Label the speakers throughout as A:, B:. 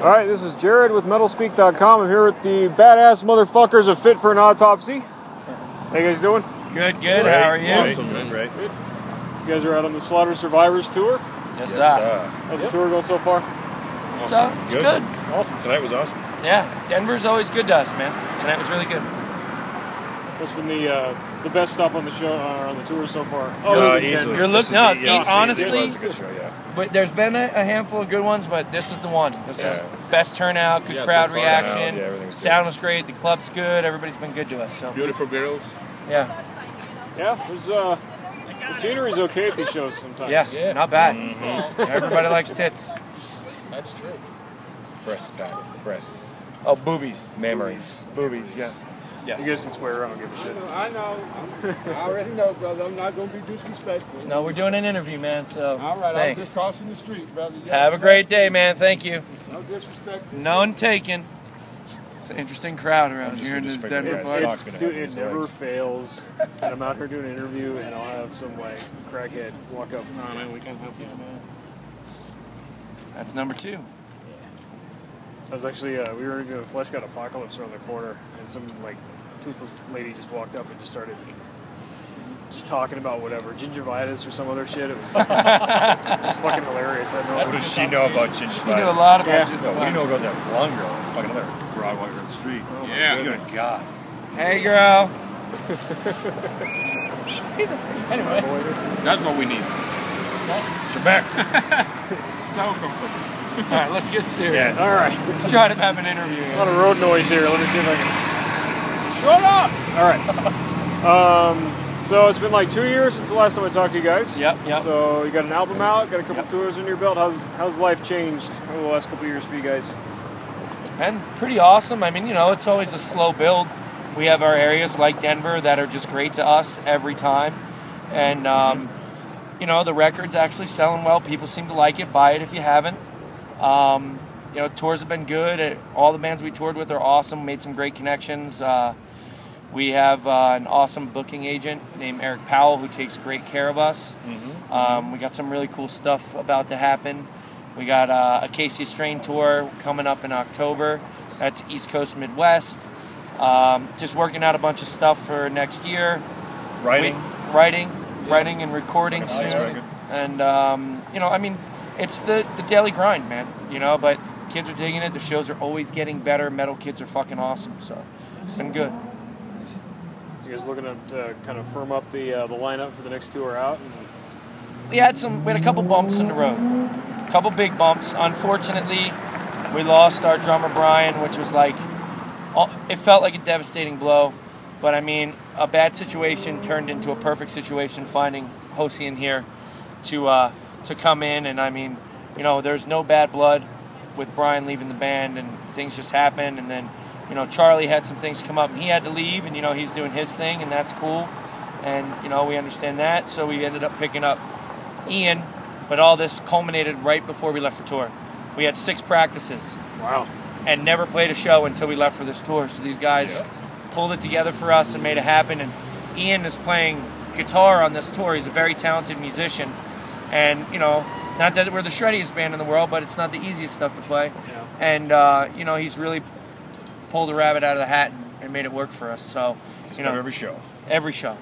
A: All right, this is Jared with MetalSpeak.com. I'm here with the badass motherfuckers of Fit for an Autopsy. How you guys doing?
B: Good, good. How are you?
C: Awesome, man.
A: Great. So you guys are out on the Slaughter Survivors tour.
B: Yes,
C: Yes,
B: sir.
C: uh,
A: How's
B: Yep.
A: the tour going so far?
C: awesome.
B: So, it's good.
A: Awesome.
C: Tonight was awesome.
B: Yeah, Denver's always good to us, man. Tonight was really good.
A: What's been the uh, the best stop on the show uh, on the tour so far?
C: Uh,
A: we did
C: easily.
A: Denver.
B: Oh, You're look-
C: This is
B: no,
C: the- yeah,
B: honestly-
C: it was a good show, yeah.
B: But there's been a, a handful of good ones, but this is the one. This is
C: Yeah.
B: best turnout, good
D: Yeah,
B: crowd
D: so far.
B: reaction.
C: Sound, yeah, everything was good.
B: Sound was great. The club's good. Everybody's been good to us. So
D: Beautiful girls.
B: yeah,
A: Yeah, there's uh, the scenery's okay at these shows sometimes.
B: yeah,
D: Yeah.
B: not bad. Everybody likes tits.
D: That's true.
C: Breasts, back, breasts,
B: Oh, boobies,
C: memories.
B: boobies. Yes,
A: You
B: yes.
A: guys can swear. I don't give a shit.
E: I know. I already know, brother. I'm not going to be disrespectful.
B: No, we're doing an interview, man. So
E: All right, I'm
B: thanks.
E: just crossing the street, brother. You
B: Have a great day, man. Thank you.
E: No disrespect.
B: None taken. It's an interesting crowd around
C: just
B: here in
C: gonna
B: this
C: sprinkle
B: Denver
C: that
B: bar.
C: sock.
A: It's,
C: Sock's gonna
A: dude,
C: have
A: it
C: these
A: never
C: legs.
A: fails. And I'm out here doing an interview, and I'll have some like crackhead walk up.
D: No, man, we can help you, man.
B: That's number two.
A: I was actually uh, we were doing Flesh Got Apocalypse around the corner, and some like toothless lady just walked up and just started just talking about whatever gingivitis or some other shit. It was, it was fucking hilarious. I don't
C: That's
A: know.
C: what she know about
B: You know a
C: gingivitis.
B: lot
A: Yeah.
B: about
C: No,
B: yeah.
C: we know about that blonde girl and fucking other broad walking across the street.
D: Yeah.
C: Good God.
B: Hey, girl. anyway,
D: That's what we need.
C: Shebex.
D: So comfortable.
B: all right, let's get serious.
C: yes.
A: All right,
B: Let's try to have an interview.
A: a lot of road noise here. Let me see if I can.
B: Shut up.
A: All right. Um, so it's been like two years since the last time I talked to you guys.
B: Yep, yep.
A: So you got an album out, got a couple
B: Yep.
A: tours under your belt. How's how's life changed over the last couple years for you guys?
B: And pretty awesome. I mean, you know, it's always a slow build. We have our areas like Denver that are just great to us every time, and um, you know, the record's actually selling well. People seem to like it. Buy it if you haven't. Um, you know, tours have been good. Uh, All the bands we toured with are awesome. Made some great connections. Uh, we have uh, an awesome booking agent named Eric Powell who takes great care of us.
C: Mm-hmm.
B: Um, we got some really cool stuff about to happen. We got uh, a Casey Strain tour coming up in October. That's East Coast Midwest. Um, just working out a bunch of stuff for next year.
C: Writing.
B: We- writing, writing, and recording
C: Got a
B: soon.
C: nice record.
B: And um, you know, I mean, it's the the daily grind, man. You know, but kids are digging it. The shows are always getting better. Metal kids are fucking awesome. So it's been good.
A: So you guys looking to, to kind of firm up the uh, the lineup for the next tour out? And,
B: we had some we had a couple bumps in the road a couple big bumps unfortunately we lost our drummer brian which was like all- it felt like a devastating blow but i mean a bad situation turned into a perfect situation finding Hossein here to uh, to come in and i mean you know there's no bad blood with brian leaving the band and things just happened and then you know charlie had some things come up and he had to leave and you know he's doing his thing and that's cool and you know we understand that so we ended up picking up Ian, but all this culminated right before we left for tour. We had six practices
A: wow.
B: and never played a show until we left for this tour. So these guys pulled it together for us and made it happen. And Ian is playing guitar on this tour. He's a very talented musician, and you know, not that we're the shreddiest band in the world, but it's not the easiest stuff to play. And uh, you know, he's really pulled the rabbit out of the hat and, and made it work for us. So
C: It's
B: you
C: part
B: know,
C: of every show.
B: every show.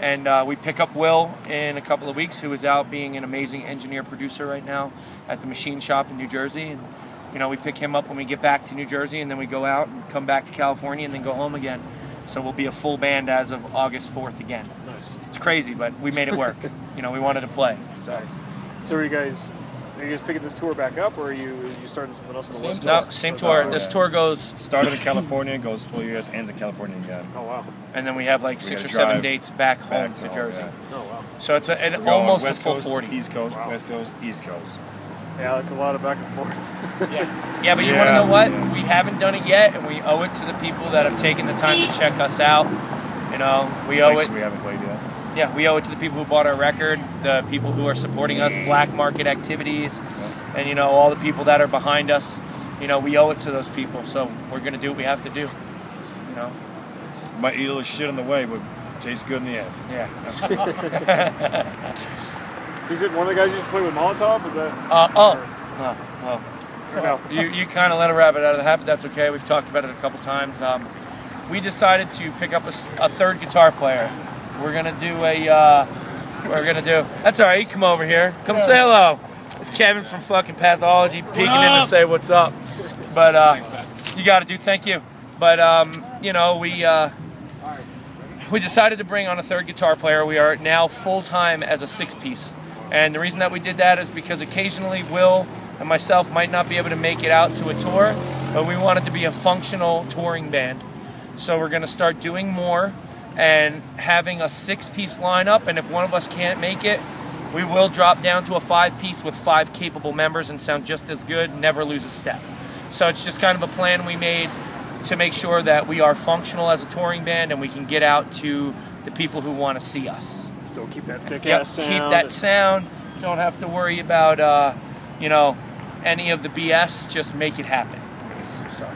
B: And uh, we pick up Will in a couple of weeks, who is out being an amazing engineer producer right now at the machine shop in New Jersey. And, you know, we pick him up when we get back to New Jersey, and then we go out and come back to California and then go home again. So we'll be a full band as of August 4th again.
A: Nice.
B: It's crazy, but we made it work. you know, we wanted to play. So.
A: Nice. So are you guys are you guys picking this tour back up, or are you are you starting something else on the
D: Same
A: West
B: No,
A: Coast? Oh,
B: same
A: West
B: tour.
A: Coast?
B: This tour goes,
C: Started in California, goes full US, ends in California again.
A: Oh wow.
B: and then we have like six or
C: gotta
B: seven
C: drive
B: dates back home
C: Back
B: to
C: home,
B: Jersey.
C: yeah.
A: Oh wow.
B: So it's a, an,
C: We're going
B: almost a
C: West
B: full
C: Coast,
B: 40.
C: East Coast,
A: Wow.
C: West Coast, East Coast.
A: Yeah, it's a lot of back and forth.
B: Yeah, but you
C: Yeah.
B: want to know what?
C: Yeah.
B: We haven't done it yet, and we owe it to the people that have taken the time to check us out. You know, we owe
C: Places
B: it.
C: we haven't played yet.
B: Yeah, we owe it to the people who bought our record, the people who are supporting us, black market activities, and you know all the people that are behind us. You know, we owe it to those people, so we're gonna do what we have to do. You know,
C: Might eat a little shit on the way, but tastes good in the end.
B: yeah.
A: So is it one of the guys you used to play with Molotov? Was that
B: Uh, oh, no, well,
A: Or no?
B: you, you kind of let a rabbit out of the hat, but that's okay. We've talked about it a couple times. Um, we decided to pick up a, s- a third guitar player. We're gonna do a. Uh, we're gonna do. That's all right. You come over here. Come say hello. It's Kevin from fucking Pathology peeking in to
D: up?
B: say what's up. But uh, you got to do. Thank you. But um, you know we. Uh, we decided to bring on a third guitar player. We are now full time as a six piece. And the reason that we did that is because occasionally Will and myself might not be able to make it out to a tour, but we wanted to be a functional touring band. So we're going to start doing more and having a six piece lineup. And if one of us can't make it, we will drop down to a five piece with five capable members and sound just as good, never lose a step. So it's just kind of a plan we made to make sure that we are functional as a touring band and we can get out to the people who want to see us.
A: Still keep that thick
B: Yep,
A: ass sound.
B: keep that sound. Don't have to worry about, uh, you know, any of the BS. Just make it happen. So,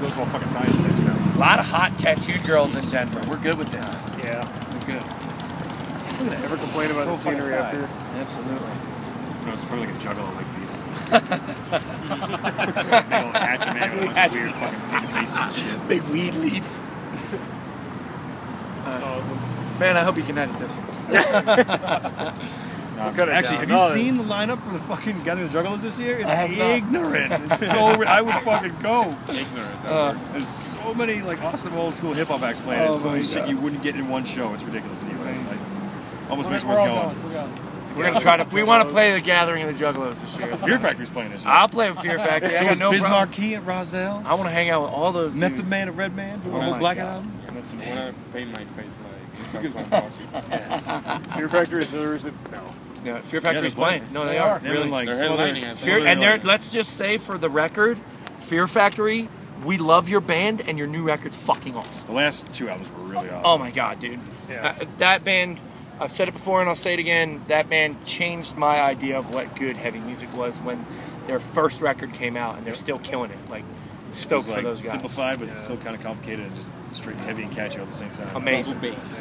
A: Those whole fucking thighs touch now.
B: a lot of hot tattooed girls in Denver. We're good with this.
A: Yeah.
B: We're good.
A: Never complain about the scenery up here.
B: Absolutely.
C: You know, it's probably like a juggalo like these. Little hatchet man with a bunch of weird fucking pink faces and shit.
B: Big weed leaves. Uh, man, I hope you can edit this.
C: No,
A: Cut it
C: Um, actually,
A: down. Oh,
C: have you
A: No,
C: seen the lineup for the fucking Gathering of the Juggalos this year? It's
B: have not.
C: ignorant. It's so ri- I would fucking go. Uh,
D: Ignorant.
C: There's so many like awesome old school hip hop acts playing.
B: Oh
C: it's so
B: my
C: much shit
B: God.
C: you wouldn't get in one show. It's ridiculous in the US. Like, almost makes it
B: We're
C: worth
B: all
C: going.
B: going. We're gonna try to. We want to play the Gathering of the Juggalos this year.
C: Fear Factory's playing this year.
B: I'll play with Fear Factory. I
C: so
B: got
C: is
B: no problem.
C: Bismarck Key and Rozelle.
B: I want to hang out with all those
C: Method
B: dudes.
C: Man and Red Man. The
B: Oh
C: whole
B: my
C: Blackout
B: God.
C: album.
D: That's when I paint my face like it's a black boss.
A: Fear Factory is seriously no.
B: No, Fear
C: Yeah, they're
B: Factory's
C: playing.
B: playing. No, they,
D: They
B: are.
D: are.
C: They're
B: really.
C: in, like
D: They're
C: some
D: headlining
C: other-
D: it.
C: some
B: Fear,
C: other,
B: and they're,
C: like-
B: let's just say for the record, Fear Factory, we love your band and your new record's fucking awesome.
C: the last two albums were really awesome.
B: Oh my god, dude.
A: Yeah.
B: Uh, that band, I've said it before and I'll say it again, that band changed my idea of what good heavy music was when their first record came out and they're still killing it. Like,
C: It
B: stoked
C: was like
B: for those guys.
C: simplified, but
A: Yeah.
C: it's still kind of complicated and just straight and heavy and catchy all at the same time.
B: Amazing.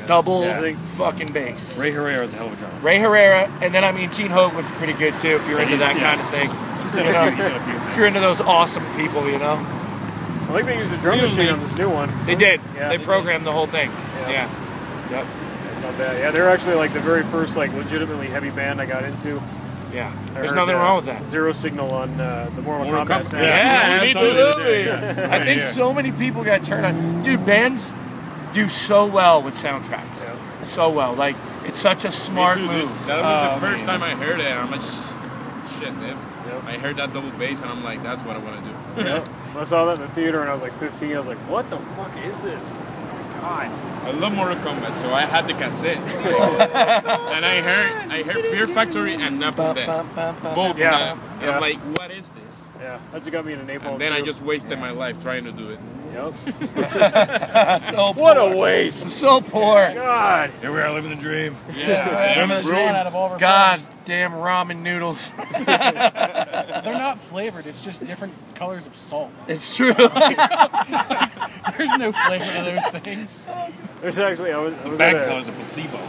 B: Double,
D: bass.
A: Yeah. I think-
B: fucking bass.
C: Ray Herrera is a hell of a drummer.
B: Ray Herrera, and then I mean Gene Hoagland's pretty good too if you're into
C: he's-
B: that
C: yeah.
B: kind of thing.
C: He's
B: You
C: done
B: know,
C: a few, he's done a few things.
B: If you're into those awesome people, you know.
A: I think they used a drum
D: Needle
A: machine on
D: Leaps.
A: this new one.
B: They did.
A: Mm-hmm. Yeah.
B: they programmed the whole thing.
A: Yeah.
B: Yeah.
A: It's not bad. Yeah, they're actually like the very first like legitimately heavy band I got into.
B: Yeah.
A: I
B: There's
A: heard,
B: nothing
A: uh,
B: wrong with that.
A: Zero signal on uh, the Mortal,
D: Mortal
A: Kombat
D: Kombat.
A: sound.
B: Yeah,
C: we saw it the other day.
B: absolutely. I
C: Yeah.
B: think
C: Yeah.
B: so many people got turned on. Dude, bands do so well with soundtracks.
A: Yeah.
B: So well. Like it's such a smart move.
D: That was
C: Oh,
D: the first
C: man.
D: time I heard it. I'm like, "Sh- shit, dude.
A: Yep.
D: I heard that double bass and I'm like, that's what I want to do.
A: Yep. When I saw that in the theater and I was like 15. I was like, what the fuck is this?
D: I love Mortal Kombat, so I had the cassette. and I heard I heard Fear Factory and Napalm Death. Both
A: Yeah.
D: of them. And
A: Yeah. Oh,
D: I'm like, what is this?
A: Yeah, that's what got me into Napalm.
D: And then I
A: too.
D: just wasted my life trying to do it.
A: Yep.
B: So poor.
A: what a waste.
B: so poor.
A: God.
C: Here we are living the dream.
D: Yeah.
B: God damn ramen noodles.
F: They're not flavored. It's just different colors of salt.
B: It's true.
F: There's no flavor to those things.
A: There's actually I was, I was
C: Back
A: at
C: though
A: a,
C: is a placebo.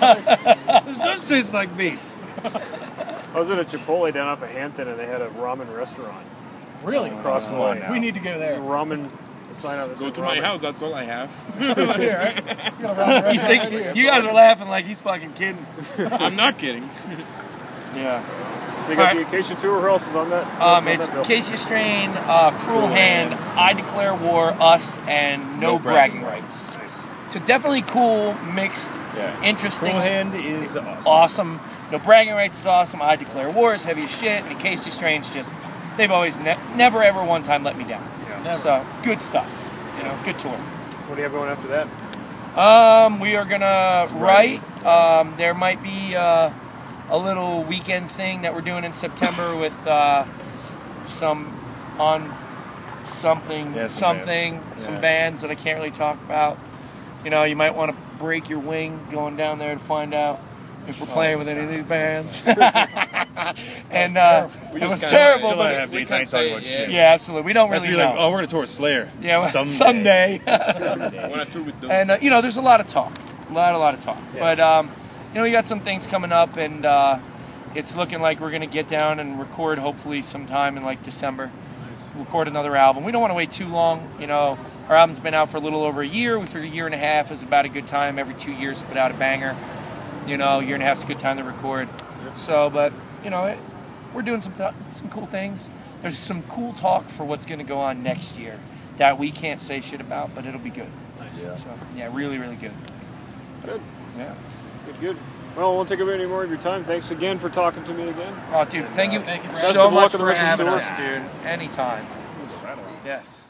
C: this does taste like beef.
A: I was at a Chipotle down off of Hampton and they had a ramen restaurant
F: Really?
A: across the
C: come on
A: way.
C: now.
F: We need to go
A: There's a
F: there.
A: ramen a sign out that
D: Go
A: says
D: to my
A: ramen.
D: house, that's all I have.
F: Here, right? We got a ramen
B: you,
F: restaurant right here.
B: think, you guys are laughing like he's fucking kidding.
D: I'm not kidding.
B: Yeah.
A: So you got
B: Alright.
A: the Acacia Tour. Who else is on that? who else
B: Um,
A: is on
B: it's
A: that bill?
B: Casey Strain, uh, Cruel Hand, I Declare War, Us, and No,
C: No
B: bragging,
C: Bragging
B: Rights. So definitely cool, mixed,
C: Yeah.
B: interesting,
C: Cool hand is awesome.
B: awesome. No Bragging Rights is awesome. I Declare War is heavy as shit. And Casey Strain's just, they've always ne- never ever one time let me down.
F: Never.
B: So good stuff. You know, good tour.
A: What do you have going after that?
B: Um, we are gonna
C: right.
B: write. Um, there might be uh, a little weekend thing that we're doing in September with uh, some on something
C: Yeah, some
B: something
C: bands.
B: some
C: Yeah.
B: bands that I can't really talk about. You know, you might want to break your wing going down there to find out if we're playing with any of these bands. and uh, it was
D: kinda-
B: terrible,
C: Until
D: Till
C: I
B: but
C: have
D: we
C: dates,
D: can
C: I ain't
D: say
C: talking
D: it,
C: about
D: yeah.
C: shit.
B: yeah, absolutely. We don't
C: Must
B: really
C: be like,
B: know.
C: oh, we're gonna tour Slayer.
B: yeah, well,
C: someday.
B: someday.
D: I want to tour with them.
B: and uh, you know there's a lot of talk a lot a lot of talk
A: Yeah.
B: but um, you know we got some things coming up and uh, it's looking like we're gonna get down and record hopefully sometime in like December. Record another album. We don't want to wait too long. You know, our album's been out for a little over a year. We figure a year and a half is about a good time. Every two years, to put out a banger. You know, a year and a half's a good time to record. So, but you know, it, we're doing some th- some cool things. There's some cool talk for what's going to go on next year that we can't say shit about, but it'll be good. Nice. Yeah. So, yeah, really, really good.
A: Good.
B: Yeah.
A: Good, good. Well, I won't take up any more of your time. Thanks again for talking to me again.
B: Oh, dude, thank you,
F: Thank you for
A: Best
B: so
A: of luck
B: much
A: in the
B: for
A: rest of the
B: having
A: tour.
B: us, dude. Anytime. Yes.